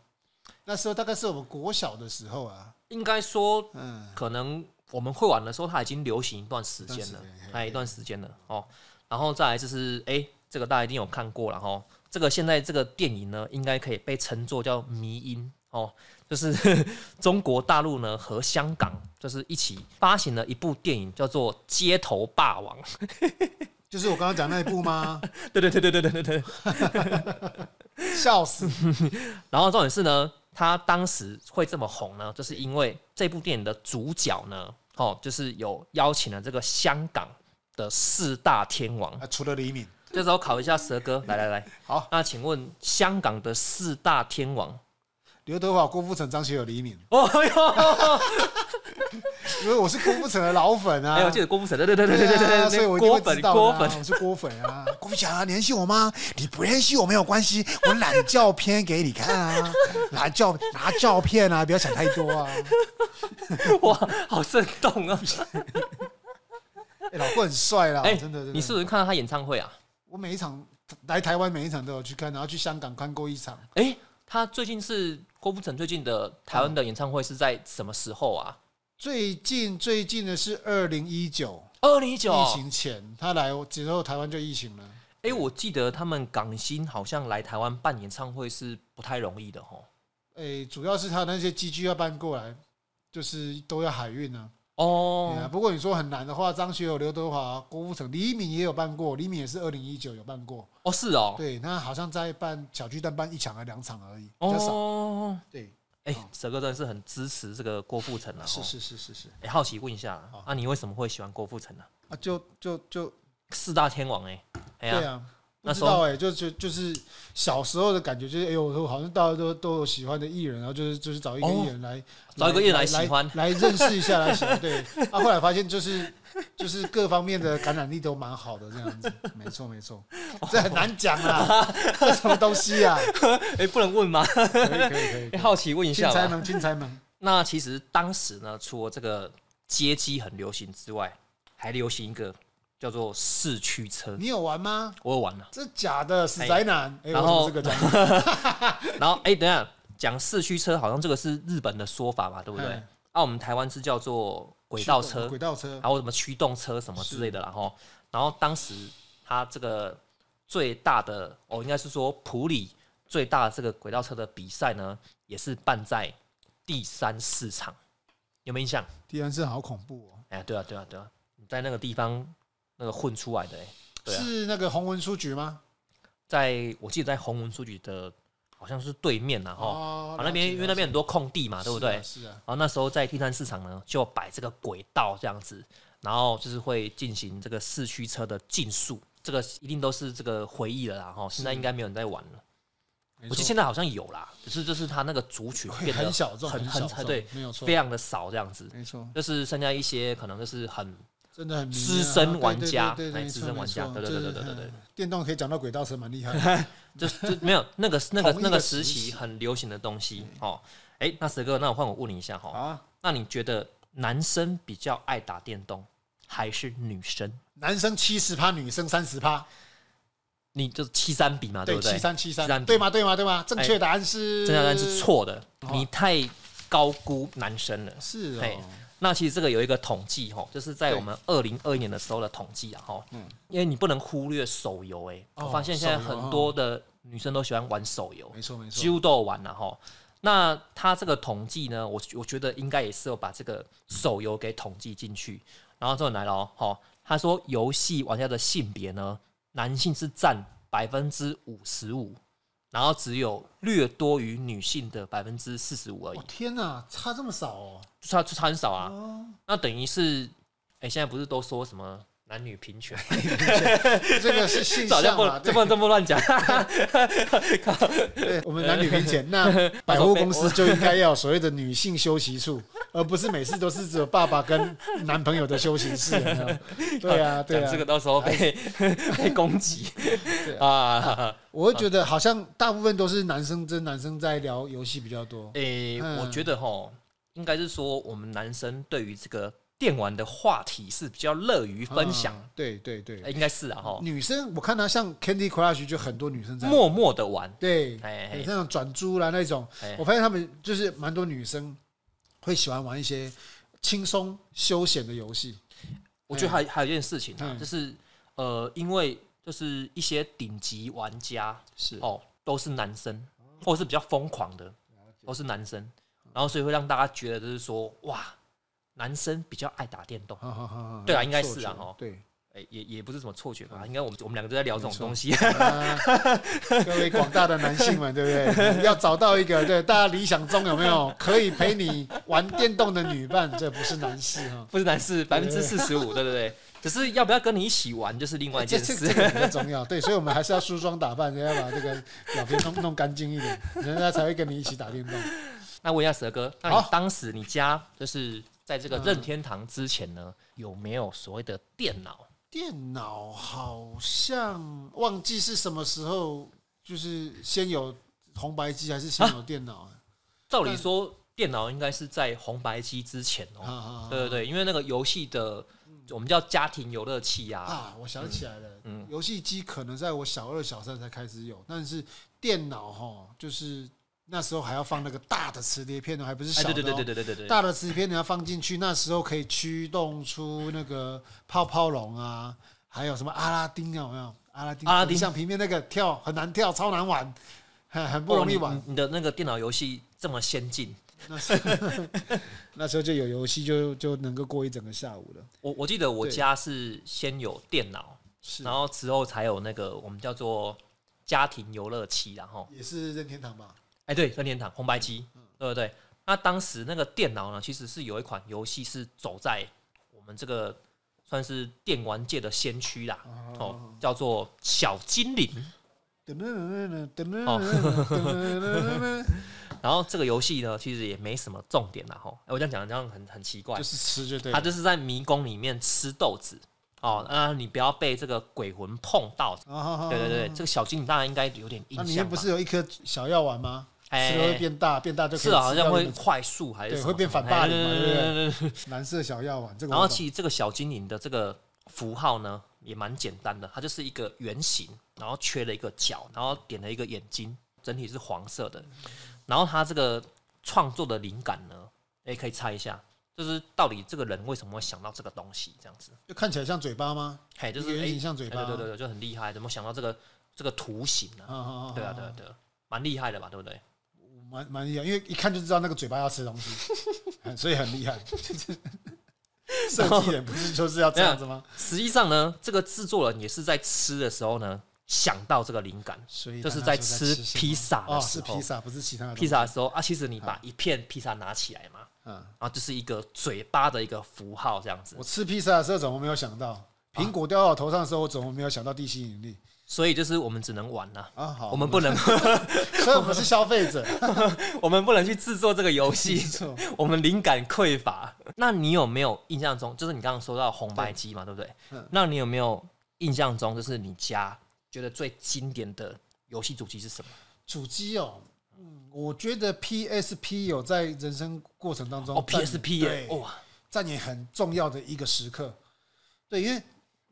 Speaker 2: 那时候大概是我们国小的时候啊，
Speaker 1: 应该说
Speaker 2: 嗯，
Speaker 1: 可能我们会玩的时候，它已经流行一段时间了
Speaker 2: 一段时间，嘿
Speaker 1: 哎，一段时间了哦。然后再来就是，哎、这个大家一定有看过了哈。这个现在这个电影呢，应该可以被称作叫迷音哦，就是 中国大陆呢和香港就是一起发行了一部电影，叫做《街头霸王》。
Speaker 2: 就是我刚刚讲那一部 吗？
Speaker 1: 对对对对对对对对。
Speaker 2: 笑死！
Speaker 1: 然后重点是呢，他当时会这么红呢，就是因为这部电影的主角呢，哦，就是有邀请了这个香港的四大天王。
Speaker 2: 啊，除了李敏，
Speaker 1: 这时候考一下蛇哥，来来来，
Speaker 2: 好，
Speaker 1: 那请问香港的四大天王？
Speaker 2: 刘德华、郭富城、张学友、李敏，
Speaker 1: 哦哟，
Speaker 2: 因为我是郭富城的老粉 啊。
Speaker 1: 哎，我记得郭富城，对对对对对对
Speaker 2: 对啊
Speaker 1: 对
Speaker 2: 所以我
Speaker 1: 对，
Speaker 2: 一定
Speaker 1: 郭
Speaker 2: 会知
Speaker 1: 粉
Speaker 2: 道
Speaker 1: 郭
Speaker 2: 的啊
Speaker 1: 粉，
Speaker 2: 我是郭粉啊。郭富城啊，联系我吗？你不联系我没有关系，我懒照片给你看啊， 拿照拿照片啊，不要想太多啊。
Speaker 1: 哇，好生动啊！
Speaker 2: 哎，老郭很帅啦，
Speaker 1: 哎，
Speaker 2: 真的。真的
Speaker 1: 你是不是看到他演唱会啊？
Speaker 2: 我每一场来台湾每一场都有去看，然后去香港看过一场，
Speaker 1: 哎，他最近是郭富城最近的台湾的演唱会是在什么时候啊？
Speaker 2: 最近最近的是二零一九
Speaker 1: 二零一九，
Speaker 2: 疫情前，他来之后台湾就疫情了。
Speaker 1: 哎、我记得他们港星好像来台湾办演唱会是不太容易的吼。
Speaker 2: 诶、主要是他那些机具要搬过来，就是都要海运啊。对啊，
Speaker 1: 哦，
Speaker 2: 不过你说很难的话，张学友、刘德华、郭富城、李敏也有办过，李敏也是二零一九有办过。
Speaker 1: 哦是哦，
Speaker 2: 对，那好像在办小巨蛋办一场还两场而已，比较少。
Speaker 1: 哦，
Speaker 2: 对，
Speaker 1: 哎、
Speaker 2: 哦
Speaker 1: 蛇哥真的是很支持这个郭富城啊。
Speaker 2: 是
Speaker 1: 吼。
Speaker 2: 是是是是
Speaker 1: 哎、好奇问一下
Speaker 2: 好，
Speaker 1: 啊，你为什么会喜欢郭富城呢、
Speaker 2: 啊，就就就
Speaker 1: 四大天王哎、哎
Speaker 2: 对
Speaker 1: 呀、
Speaker 2: 啊，不
Speaker 1: 那
Speaker 2: 知
Speaker 1: 时候
Speaker 2: 道哎、就就就是小时候的感觉，就是哎呦，我好像大家都都有喜欢的艺人，然后就是就是找一个
Speaker 1: 哦
Speaker 2: 艺人来、
Speaker 1: 找一个艺人来喜欢
Speaker 2: 来认识一下，来喜欢。对，啊，后来发现就是就是各方面的感染力都蛮好的，这样子，没错没错，
Speaker 1: 哦
Speaker 2: 这很难讲啊，这什么东西啊？
Speaker 1: 哎、 不能问吗？
Speaker 2: 可以可以可以
Speaker 1: 哎、， 好奇问一
Speaker 2: 进
Speaker 1: 下
Speaker 2: 财
Speaker 1: 吧。
Speaker 2: 门进财门，
Speaker 1: 那其实当时呢，除了这个街机很流行之外，还流行一个叫做四驱车，
Speaker 2: 你有玩吗？
Speaker 1: 我有玩啊了、
Speaker 2: 这假的死宅男，哎、
Speaker 1: 然
Speaker 2: 我怎么
Speaker 1: 后
Speaker 2: 这个讲？
Speaker 1: 然后哎、等一下讲四驱车，好像这个是日本的说法嘛，对不对
Speaker 2: 嗯？
Speaker 1: 啊，我们台湾是叫做轨道 车，
Speaker 2: 轨道车
Speaker 1: 然，后什么驱动车什么之类的啦吼。然后当时它这个最大的哦，应该是说普里最哦大的这个轨道车的比赛呢，也是办在第三市场，有没有印象？
Speaker 2: 地安社好恐怖哦，
Speaker 1: 哎，对啊，对啊，对啊，你在那个地方那个混出来的、哎，对啊
Speaker 2: 是那个红文书局吗？
Speaker 1: 在我记得在红文书局的，好像是对面然后
Speaker 2: 哦
Speaker 1: 啊那边因为那边很多空地嘛，对不对？
Speaker 2: 是啊是啊，
Speaker 1: 然后那时候在第三市场呢，就摆这个轨道这样子，然后就是会进行这个四驱车的竞速，这个一定都是这个回忆了啦。哈，现在应该没有人在玩了。
Speaker 2: 没
Speaker 1: 我记得
Speaker 2: 错
Speaker 1: 现在好像有啦，只是就是它那个族群变得
Speaker 2: 很小众，
Speaker 1: 很
Speaker 2: 小
Speaker 1: 很
Speaker 2: 众，
Speaker 1: 对，
Speaker 2: 没有错
Speaker 1: 非，常的少这样子，
Speaker 2: 没错，
Speaker 1: 就是剩下一些可能就是很
Speaker 2: 真的很迷啊
Speaker 1: 资深玩家
Speaker 2: 对对对对
Speaker 1: 哎
Speaker 2: 没错
Speaker 1: 资深玩家
Speaker 2: 没错
Speaker 1: 对对对
Speaker 2: 就是
Speaker 1: 对对对
Speaker 2: 嗯电动可以讲到轨道车，蛮厉害 的。
Speaker 1: 就是就没有那 个那个
Speaker 2: 同一个
Speaker 1: 那个时
Speaker 2: 时期
Speaker 1: 期很流行的东西哦。哎，那蛇哥，那我换我问你一下
Speaker 2: 好
Speaker 1: 哈，
Speaker 2: 啊，
Speaker 1: 那你觉得男生比较爱打电动还是女生？
Speaker 2: 男生七十趴，女生三十趴，
Speaker 1: 你就是七三比嘛，对
Speaker 2: 对，
Speaker 1: 不对
Speaker 2: 七？三七三，
Speaker 1: 73
Speaker 2: 对吗？对吗？对吗？正确答案是
Speaker 1: 正确答案是，错的，
Speaker 2: 哦
Speaker 1: 你太高估男生了。
Speaker 2: 是
Speaker 1: 嘿
Speaker 2: 哦，
Speaker 1: 那其实这个有一个统计吼，就是在
Speaker 2: 对
Speaker 1: 我们二零二一年的时候的统计啊吼
Speaker 2: 嗯，
Speaker 1: 因为你不能忽略手游诶、
Speaker 2: 哦
Speaker 1: 我发现现在
Speaker 2: 手游
Speaker 1: 很多的女生都喜欢玩手游，
Speaker 2: 没错没
Speaker 1: 几
Speaker 2: 错，
Speaker 1: 乎都有玩了、吼。那他这个统计呢，我我觉得应该也是有把这个手游给统计进去。然后这后来了哦，吼他说游戏玩家的性别呢，男性是占百分之五十五，然后只有略多于女性的百分之四十五而已
Speaker 2: 我，哦天哪，差这么少哦，
Speaker 1: 就差就差很少啊。
Speaker 2: 哦，
Speaker 1: 那等于是，哎、现在不是都说什么男女平权？
Speaker 2: 这 个是现
Speaker 1: 这好像
Speaker 2: 象啊
Speaker 1: 不
Speaker 2: 嘛？
Speaker 1: 这
Speaker 2: 对
Speaker 1: 不能这么乱讲。
Speaker 2: 对，我们男女平权，那百货公司就应该要有所谓的女性休息处，而不是每次都是只有爸爸跟男朋友的休息室，有没有对啊， 对
Speaker 1: 讲
Speaker 2: 啊
Speaker 1: 这，个到时候 被被攻击
Speaker 2: 对
Speaker 1: 啊！
Speaker 2: 我会觉得好像大部分都是男生跟男生在聊游戏比较多。
Speaker 1: 诶、
Speaker 2: 嗯
Speaker 1: 我觉得哈，应该是说我们男生对于这个电玩的话题是比较乐于分享，
Speaker 2: 啊对对对，
Speaker 1: 诶应该是啊哈，
Speaker 2: 女生我看她像 Candy Crush 就很多女生在玩，
Speaker 1: 默默的玩，
Speaker 2: 对，
Speaker 1: 哎
Speaker 2: 对像转珠啦那种，
Speaker 1: 哎
Speaker 2: 我发现他们就是蛮多女生会喜欢玩一些轻松休闲的游戏。
Speaker 1: 我觉得还还有一件事情啊，
Speaker 2: 嗯
Speaker 1: 就是呃，因为就是一些顶级玩家
Speaker 2: 是
Speaker 1: 哦，都是男生，或者是比较疯狂的，都是男生，然后所以会让大家觉得就是说，哇，男生比较爱打电动。
Speaker 2: 好好好好，
Speaker 1: 对啊
Speaker 2: 没
Speaker 1: 应该
Speaker 2: 错
Speaker 1: 是啊
Speaker 2: 错
Speaker 1: 哦
Speaker 2: 对，
Speaker 1: 诶也也不是什么错觉吧，应该我们我们两个都在聊这种
Speaker 2: 嗯没错
Speaker 1: 东西，
Speaker 2: 啊 各位广大的男性们，对不对？要找到一个对大家理想中有没有可以陪你玩电动的女伴，这不是难事哈。
Speaker 1: 不是男士百分之四十五，对不对？只是要不要跟你一起玩，就是另外一
Speaker 2: 这
Speaker 1: 件
Speaker 2: 这
Speaker 1: 事
Speaker 2: 这。个比较重要，对，所以我们还是要梳妆打扮，要把这个表皮弄弄干净一点，人家才会跟你一起打电动。
Speaker 1: 那问一下蛇哥，那你
Speaker 2: 好
Speaker 1: 当时你家就是在这个任天堂之前呢，
Speaker 2: 嗯
Speaker 1: 有没有所谓的电脑？
Speaker 2: 电脑好像忘记是什么时候，就是先有红白机还是先有电脑
Speaker 1: 照理说，电脑应该是在红白机之前哦。
Speaker 2: 啊？
Speaker 1: 对对对，因为那个游戏的我们叫家庭游乐器
Speaker 2: 啊
Speaker 1: 啊，
Speaker 2: 啊！我想起来了
Speaker 1: 嗯，
Speaker 2: 游戏机可能在我小二、小三才开始有，但是电脑哈，就是那时候还要放那个大的磁碟片呢，还不是
Speaker 1: 哎，
Speaker 2: 小的、
Speaker 1: 对
Speaker 2: 哦。
Speaker 1: 对对对对对对对，
Speaker 2: 大的磁片你要放进去，那时候可以驱动出那个泡泡龙啊，还有什么阿拉丁啊，有没有？阿拉丁，
Speaker 1: 阿拉丁
Speaker 2: 像平面那个跳很难跳，超难玩，很很不容易玩
Speaker 1: 哦。你。你的那个电脑游戏这么先进，
Speaker 2: 那时候那时候就有游戏就就能够过一整个下午了。
Speaker 1: 我我记得我
Speaker 2: 对
Speaker 1: 家是先有电脑，
Speaker 2: 是
Speaker 1: 然后之后才有那个我们叫做家庭游乐器，啊然后。
Speaker 2: 也是任天堂吧？
Speaker 1: 哎，对，任天堂红白机，对不对？那当时那个电脑呢，其实是有一款游戏是走在我们这个算是电玩界的先驱啦，哦，叫做《小精灵》。
Speaker 2: 噔噔噔噔噔噔
Speaker 1: 哦
Speaker 2: 噔噔噔
Speaker 1: 然后这个游戏呢，其实也没什么重点啦，吼、哎，我这样讲这样很很奇怪
Speaker 2: 就，是吃就 对
Speaker 1: 它
Speaker 2: 了。
Speaker 1: 就是在迷宫里面吃豆子，哦，啊，你不要被这个鬼魂碰到。
Speaker 2: 啊
Speaker 1: 对对对，，这个小精灵大家应该有点
Speaker 2: 那
Speaker 1: 印
Speaker 2: 里
Speaker 1: 象
Speaker 2: 面
Speaker 1: 吧？
Speaker 2: 不是有一颗小药丸吗？
Speaker 1: 哎
Speaker 2: 吃了会变大，变大就可
Speaker 1: 是
Speaker 2: 以
Speaker 1: 啊好
Speaker 2: 吃
Speaker 1: 像
Speaker 2: 掉
Speaker 1: 会
Speaker 2: 你的
Speaker 1: 快速还是
Speaker 2: 对
Speaker 1: 什么
Speaker 2: 会变
Speaker 1: 什么
Speaker 2: 反霸凌嘛
Speaker 1: 哎
Speaker 2: 对不对
Speaker 1: 对
Speaker 2: 蓝色小药丸。这个
Speaker 1: 然后
Speaker 2: 我懂
Speaker 1: 其实这个小精灵的这个符号呢，也蛮简单的，它就是一个圆形，然后缺了一个角，然后点了一个眼睛，整体是黄色的。然后它这个创作的灵感呢，也可以猜一下，就是到底这个人为什么会想到这个东西这样子？
Speaker 2: 就看起来像嘴巴吗？
Speaker 1: 嘿，就
Speaker 2: 一
Speaker 1: 是
Speaker 2: 个圆
Speaker 1: 哎
Speaker 2: 形像嘴巴
Speaker 1: 哎对对对，就很厉害，怎么想到这个这个图形呢、
Speaker 2: 啊啊啊！
Speaker 1: 对啊，对啊，对啊，蛮厉害的吧，对不对？
Speaker 2: 蛮蛮厉害，因为一看就知道那个嘴巴要吃 东西，嗯所以很厉害。设计人不是就是要这样子吗？
Speaker 1: 实际上呢，这个制作人也是在吃的时候呢，想到这个灵感。
Speaker 2: 所以
Speaker 1: 这是
Speaker 2: 他那
Speaker 1: 在
Speaker 2: 时候
Speaker 1: 吃
Speaker 2: 什么
Speaker 1: 披萨的
Speaker 2: 哦，
Speaker 1: 时
Speaker 2: 是
Speaker 1: 候
Speaker 2: 披萨，不是其他的东西
Speaker 1: 披萨的时候啊，其实你把一片披萨拿起来嘛，
Speaker 2: 嗯，
Speaker 1: 然后就是一个嘴巴的一个符号这样子
Speaker 2: 我，吃披萨的时候怎么没有想
Speaker 1: 啊
Speaker 2: 到苹果掉到我头上的时候，我怎么没有想到地心引力
Speaker 1: 所以就是我们只能玩啦、
Speaker 2: 啊？好，
Speaker 1: 我们不能，
Speaker 2: 所以我们是消费者，
Speaker 1: 我们不能去制作这个游
Speaker 2: 没
Speaker 1: 戏，
Speaker 2: 错。
Speaker 1: 我们灵感匮乏。那你有没有印象中，就是你刚刚说到红白机嘛，对不对？
Speaker 2: 嗯
Speaker 1: 那你有没有印象中，就是你家觉得最经典的游戏主机是什么？
Speaker 2: 主机哦，嗯，我觉得 PSP 有在人生过程当中
Speaker 1: 哦
Speaker 2: 占
Speaker 1: ，PSP 耶
Speaker 2: 对，
Speaker 1: 哇，
Speaker 2: 扮演很重要的一个时刻。对，因为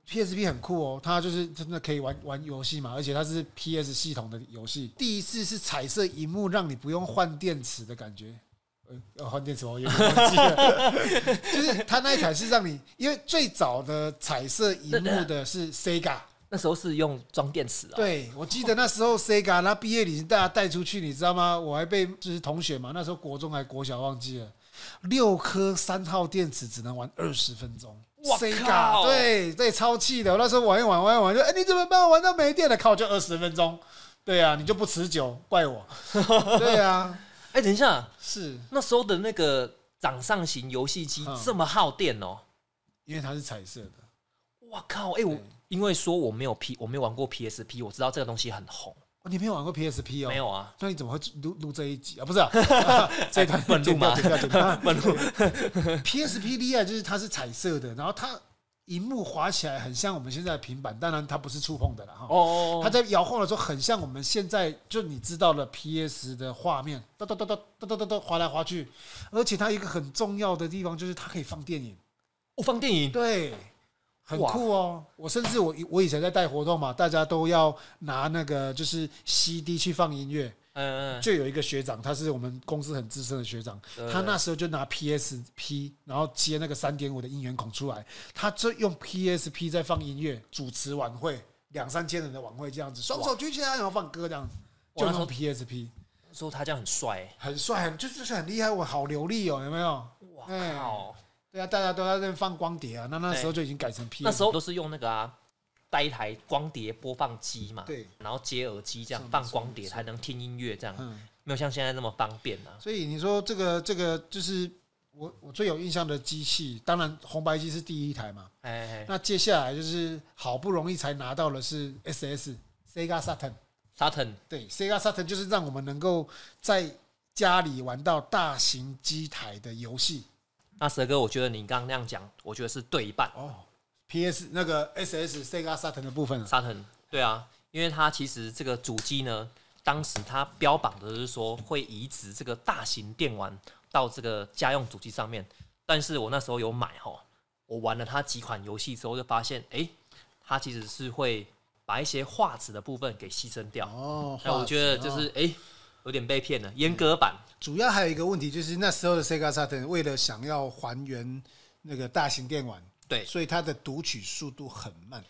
Speaker 2: PSP 很酷哦，它就是真的可以玩玩游戏嘛，而且它是 PS 系统的游戏。第一次是彩色荧幕，让你不用换电池的感觉。呃，要换电池吗我有点忘记了。 就是它那一台是让你，因为最早的彩色荧幕的是 Sega。
Speaker 1: 那时候是用装电池啊，
Speaker 2: 对，我记得那时候 Sega 拿毕业礼大家带出去，你知道吗？我还被就是同学嘛，那时候国中还国小忘记了，六颗三号电池只能玩二十分钟。
Speaker 1: 哇
Speaker 2: Sega
Speaker 1: 靠
Speaker 2: 对对超气的，我那时候玩一玩玩一玩就，哎、你怎么办？我玩到没电了，靠，就二十分钟。对啊，你就不持久，怪 我。对啊，
Speaker 1: 哎、等一下，
Speaker 2: 是
Speaker 1: 那时候的那个掌上型游戏机
Speaker 2: 嗯
Speaker 1: 这么耗电哦、
Speaker 2: 因为它是彩色的，
Speaker 1: 哇靠！哎、我
Speaker 2: 对
Speaker 1: 因为说我没有 P，我没有玩过 PSP，我知道这个东西很红。
Speaker 2: 哦、你没有玩过 PSP 哦？
Speaker 1: 没。有啊，
Speaker 2: 那你怎么会录录这一集啊？不是、啊， 这一段
Speaker 1: 本录吗
Speaker 2: 剪掉剪 掉剪掉
Speaker 1: 不然
Speaker 2: PSP 厉害就是它是彩色的，然后它荧幕滑起来很像我们现在的平板，当然它不是触碰的了哈。
Speaker 1: 哦，
Speaker 2: 它在摇晃的时候很像我们现在就你知道了 PS 的画面，哒哒哒哒哒哒哒哒滑来滑去，而且它有一个很重要的地方就是它可以放电影，
Speaker 1: 我放电影，
Speaker 2: 对，很酷哦。我甚至我以我以前在带活动嘛，大家都要拿那个就是 CD 去放音乐，
Speaker 1: 嗯嗯，
Speaker 2: 就有一个学长，他是我们公司很资深的学长，
Speaker 1: 对
Speaker 2: 他那时候就拿 PSP，然后接那个三点五的音源孔出来，他就用 PSP 在放音乐，主持晚会，两三千人的晚会这样子，双手举起来，然后放歌这样子，
Speaker 1: 哇
Speaker 2: 就
Speaker 1: 那时候
Speaker 2: 用 PSP，
Speaker 1: 说他这样很帅、欸，
Speaker 2: 很帅，很就是就是很厉害，我好流利哦，有没有？
Speaker 1: 哇
Speaker 2: 哎
Speaker 1: 靠！
Speaker 2: 对啊，大家都在那边放光碟啊，那那时候就已经改成 P，
Speaker 1: 那时候都是用那个啊，带一台光碟播放机嘛，
Speaker 2: 对，
Speaker 1: 然后接耳机这样
Speaker 2: 是
Speaker 1: 放
Speaker 2: 没错
Speaker 1: 光
Speaker 2: 没
Speaker 1: 碟
Speaker 2: 错
Speaker 1: 才能听音乐，这样
Speaker 2: 嗯。
Speaker 1: 没有像现在那么方便啊。
Speaker 2: 所以你说这个这个就是我我最有印象的机器，当然红白机是第一台嘛，
Speaker 1: 哎，哎
Speaker 2: 那接下来就是好不容易才拿到的是 SS Sega Saturn，
Speaker 1: ，Saturn
Speaker 2: 对，Sega Saturn 就是让我们能够在家里玩到大型机台的游戏
Speaker 1: 那蛇哥，我觉得你刚刚那样讲，我觉得是对一半。
Speaker 2: 哦。PS 那个 SS Sega Saturn 的部分啊，
Speaker 1: Saturn 对啊，因为它其实这个主机呢，当时它标榜的是说会移植这个大型电玩到这个家用主机上面，但是我那时候有买吼，我玩了它几款游戏之后，就发现诶，它其实是会把一些画质的部分给牺牲掉。
Speaker 2: 哦，
Speaker 1: 那我觉得就
Speaker 2: 画质
Speaker 1: 是
Speaker 2: 哦嗯
Speaker 1: 诶，有点被骗了，阉割版。
Speaker 2: 主要还有一个问题，就是那时候的 Sega Saturn 为了想要还原那个大型电玩，
Speaker 1: 对，
Speaker 2: 所以它的读取速度很慢。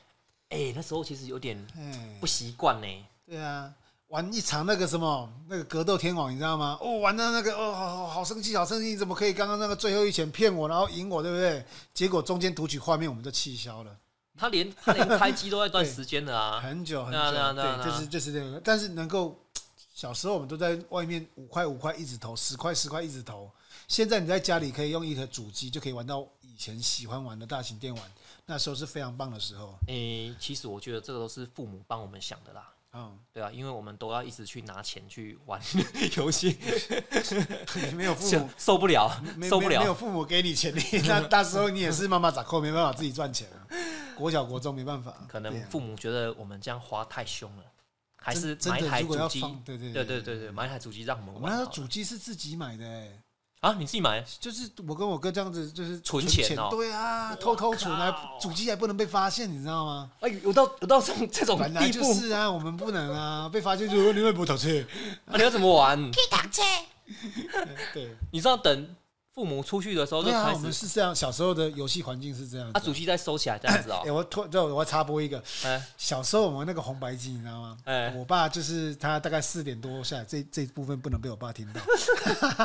Speaker 1: 诶，那时候其实有点
Speaker 2: 哎
Speaker 1: 不，习惯呢。
Speaker 2: 对啊，玩一场那个什么那个格斗天网，你知道吗？哦，玩到那个哦，好好好生气，好生气！你怎么可以刚刚那个最后一拳骗我，然后赢我，对不对？结果中间读取画面我们就气消了，
Speaker 1: 他连他连开机都在段
Speaker 2: 对
Speaker 1: 时间了啊。
Speaker 2: 很久很
Speaker 1: 对啊对啊
Speaker 2: 久，
Speaker 1: 对啊
Speaker 2: 对，
Speaker 1: 对
Speaker 2: 就
Speaker 1: 啊
Speaker 2: 是就是这个，但是能够。小时候我们都在外面五块五块一直投，十块十块一直投。现在你在家里可以用一台主机就可以玩到以前喜欢玩的大型电玩，那时候是非常棒的时候。
Speaker 1: 诶、其实我觉得这个都是父母帮我们想的啦。
Speaker 2: 嗯，
Speaker 1: 对啊，因为我们都要一直去拿钱去玩 游戏，
Speaker 2: 没有父母
Speaker 1: 受受不了
Speaker 2: 没，
Speaker 1: 受不
Speaker 2: 没没有
Speaker 1: 了。
Speaker 2: 父母给你 钱，你那那时候你也是妈妈掌控，没办法自己赚钱啊。 国小国中没办法，
Speaker 1: 可
Speaker 2: 对
Speaker 1: 能
Speaker 2: 啊
Speaker 1: 父母觉得我们这样花太凶了，还
Speaker 2: 真
Speaker 1: 是
Speaker 2: 真
Speaker 1: 买一
Speaker 2: 的
Speaker 1: 台
Speaker 2: 如果
Speaker 1: 主
Speaker 2: 要
Speaker 1: 机。
Speaker 2: 放对对
Speaker 1: 对对
Speaker 2: 对
Speaker 1: 对对，买一台主机让我
Speaker 2: 我
Speaker 1: 们
Speaker 2: 们
Speaker 1: 玩
Speaker 2: 那
Speaker 1: 好了。
Speaker 2: 时候主机是自己买的、欸，
Speaker 1: 啊，你自己买？
Speaker 2: 就是我跟我哥这样子，就是
Speaker 1: 存
Speaker 2: 钱
Speaker 1: 钱哦
Speaker 2: 对啊，
Speaker 1: 哇
Speaker 2: 偷偷存
Speaker 1: 靠
Speaker 2: 还主机还不能被发现，你知道吗？
Speaker 1: 哎、有到有到这种 这种
Speaker 2: 本来
Speaker 1: 哦地
Speaker 2: 就
Speaker 1: 步，
Speaker 2: 是啊，我们不能啊，被发现就 说你会不投资，
Speaker 1: 啊、你要怎么玩？
Speaker 2: 对，
Speaker 1: 你知道等父母出去的时候就
Speaker 2: 对啊，
Speaker 1: 开
Speaker 2: 我们
Speaker 1: 始，
Speaker 2: 是这样，小时候的游戏环境是这样子
Speaker 1: 啊，
Speaker 2: 啊。
Speaker 1: 主机再收起来这样子哦
Speaker 2: 哎、，我突对，我要插播一个，
Speaker 1: 哎
Speaker 2: 小时候我们那个红白机，你知道吗？
Speaker 1: 哎
Speaker 2: 我爸就是他大概四点多下来，这这部分不能被我爸听到。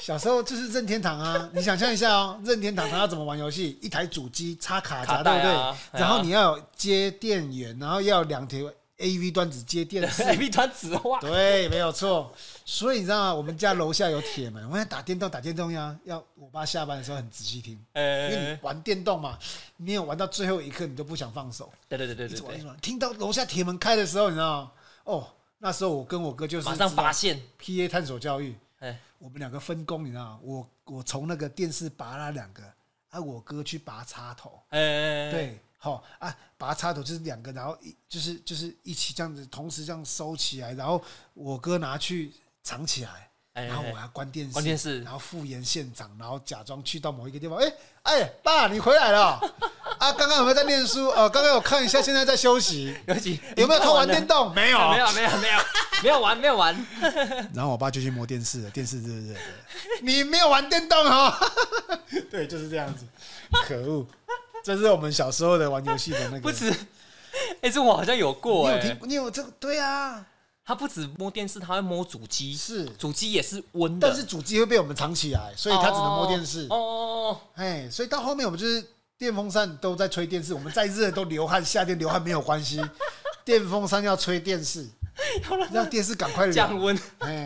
Speaker 2: 小时候就是任天堂啊，你想象一下哦，任天堂他要怎么玩游戏？一台主机插卡夹，
Speaker 1: 卡
Speaker 2: 对不
Speaker 1: 带
Speaker 2: 对？
Speaker 1: 啊哎呀
Speaker 2: 然后你要有接电源，然后要有两条 AV 端子接电 视。
Speaker 1: ，A B 团子哇，
Speaker 2: 对，没有错。所以你知道吗？我们家楼下有铁门，我要打电动，打电动呀。要我爸下班的时候很仔细听，因为
Speaker 1: 哎
Speaker 2: 你，玩电动嘛，你有玩到最后一刻，你都不想放手。
Speaker 1: 对对对对
Speaker 2: 一
Speaker 1: 对
Speaker 2: 直玩一
Speaker 1: 对，
Speaker 2: 直玩，听到楼下铁门开的时候，你知道吗？哦，那时候我跟我哥就是
Speaker 1: 马上
Speaker 2: 知道
Speaker 1: 发现，
Speaker 2: PA 探索教育，
Speaker 1: 哎，
Speaker 2: 我们两个分工，你知道吗？我我从那个电视拔了两个，啊，我哥去拔插头，
Speaker 1: 哎哎，哎，
Speaker 2: 对，好、啊，拔插头就是两个，然后一就是就是一起这样子，同时这样收起来，然后我哥拿去藏起来。
Speaker 1: 哎
Speaker 2: 然后
Speaker 1: 哎
Speaker 2: 我要关电视，
Speaker 1: 关电视
Speaker 2: 然后复原现场，然后假装去到某一个地方，哎哎，爸，你回来了 啊！刚刚有没有在念书？哦，刚刚有看一下，现在在休息。
Speaker 1: 有几
Speaker 2: 有没有偷玩
Speaker 1: 了
Speaker 2: 电动？没有啊
Speaker 1: 没有没有没有没有玩没有 玩，
Speaker 2: 然后我爸就去摸电视了，电视热热的。你没有玩电动哦？ 对，就是这样子。可恶！这是我们小时候的玩游戏的那个。
Speaker 1: 不止。哎、这我好像有过哎、
Speaker 2: 你有听？你有这个？对啊，
Speaker 1: 他不止摸电视，他会摸主机，
Speaker 2: 是。
Speaker 1: 主机也是温的，
Speaker 2: 但是主机会被我们藏起来，所以他只能摸电视
Speaker 1: 哦。哦
Speaker 2: 哎，所以到后面我们就是电风扇都在吹电视，我们再热都流汗，夏天流汗没有关系。电风扇要吹 电视，让电视赶
Speaker 1: 哦，
Speaker 2: 快凉
Speaker 1: 降温，
Speaker 2: 哎，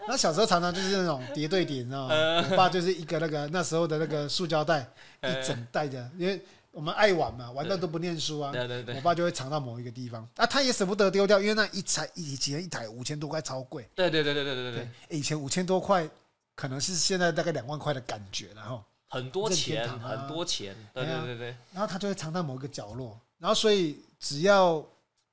Speaker 2: 然后小时候常常就是那种叠对叠，你知道吗？
Speaker 1: 嗯
Speaker 2: 我爸就是一个那个那时候的那个塑胶袋，
Speaker 1: 嗯
Speaker 2: 一整袋的，因为我们爱玩嘛，玩到都不念书啊。
Speaker 1: 对对对
Speaker 2: 我爸就会藏到某一个地方，啊，他也舍不得丢掉，因为那一台以前一台五千多块超贵，
Speaker 1: 对对对对对对对
Speaker 2: 哎，以前五千多块可能是现在大概两万块的感觉，然后
Speaker 1: 很多
Speaker 2: 任天
Speaker 1: 钱
Speaker 2: 堂啊
Speaker 1: 很多钱，对
Speaker 2: 哎
Speaker 1: 对
Speaker 2: 呀
Speaker 1: 对对，
Speaker 2: 然后他就会藏到某一个角落，然后所以只要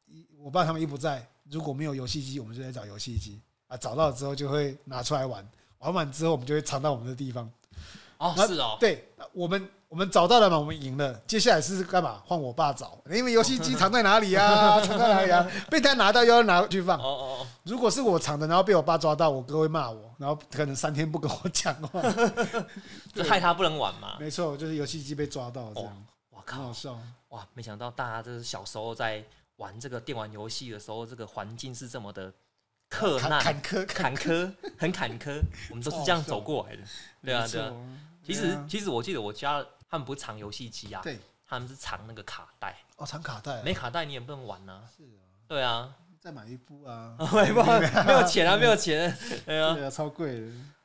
Speaker 2: 一我爸他们一不在，如果没有游戏机，我们就在找游戏机啊，找到之后就会拿出来玩，玩完之后我们就会藏到我们的地方。
Speaker 1: 哦
Speaker 2: 那
Speaker 1: 是哦，
Speaker 2: 对，我们我们找到了嘛，我们赢了，接下来是干嘛？换我爸找，因为游戏机藏在哪 里啊？藏在哪里啊？被他拿到又要拿去
Speaker 1: 哦
Speaker 2: 放。
Speaker 1: 哦
Speaker 2: 如果是我藏的，然后被我爸抓到，我哥会骂我，然后可能三天不跟我讲话。
Speaker 1: 哦，就害他不能玩嘛，
Speaker 2: 没错，就是游戏机被抓到这样，
Speaker 1: 我
Speaker 2: 很好
Speaker 1: 哦靠，
Speaker 2: 笑。
Speaker 1: 哇，没想到大家就是小时候在玩这个电玩游戏的时候，这个环境是这么的克
Speaker 2: 坎
Speaker 1: 难
Speaker 2: 坎坷，坎
Speaker 1: 坎
Speaker 2: 坷哦
Speaker 1: 坷，很坎坷，我们都是这样走过来的，对啊
Speaker 2: 没错
Speaker 1: 对啊。其
Speaker 2: 对
Speaker 1: 实
Speaker 2: 啊
Speaker 1: 其实我记得我家他们不是藏游戏机啊，
Speaker 2: 对，
Speaker 1: 他们是藏那个卡带，
Speaker 2: 哦，藏卡带啊，
Speaker 1: 没卡带你也不能玩啊。
Speaker 2: 是啊，
Speaker 1: 对 啊，
Speaker 2: 再买一部啊，
Speaker 1: 没办法，没有钱啊，没有钱，对啊，
Speaker 2: 对啊，超贵的。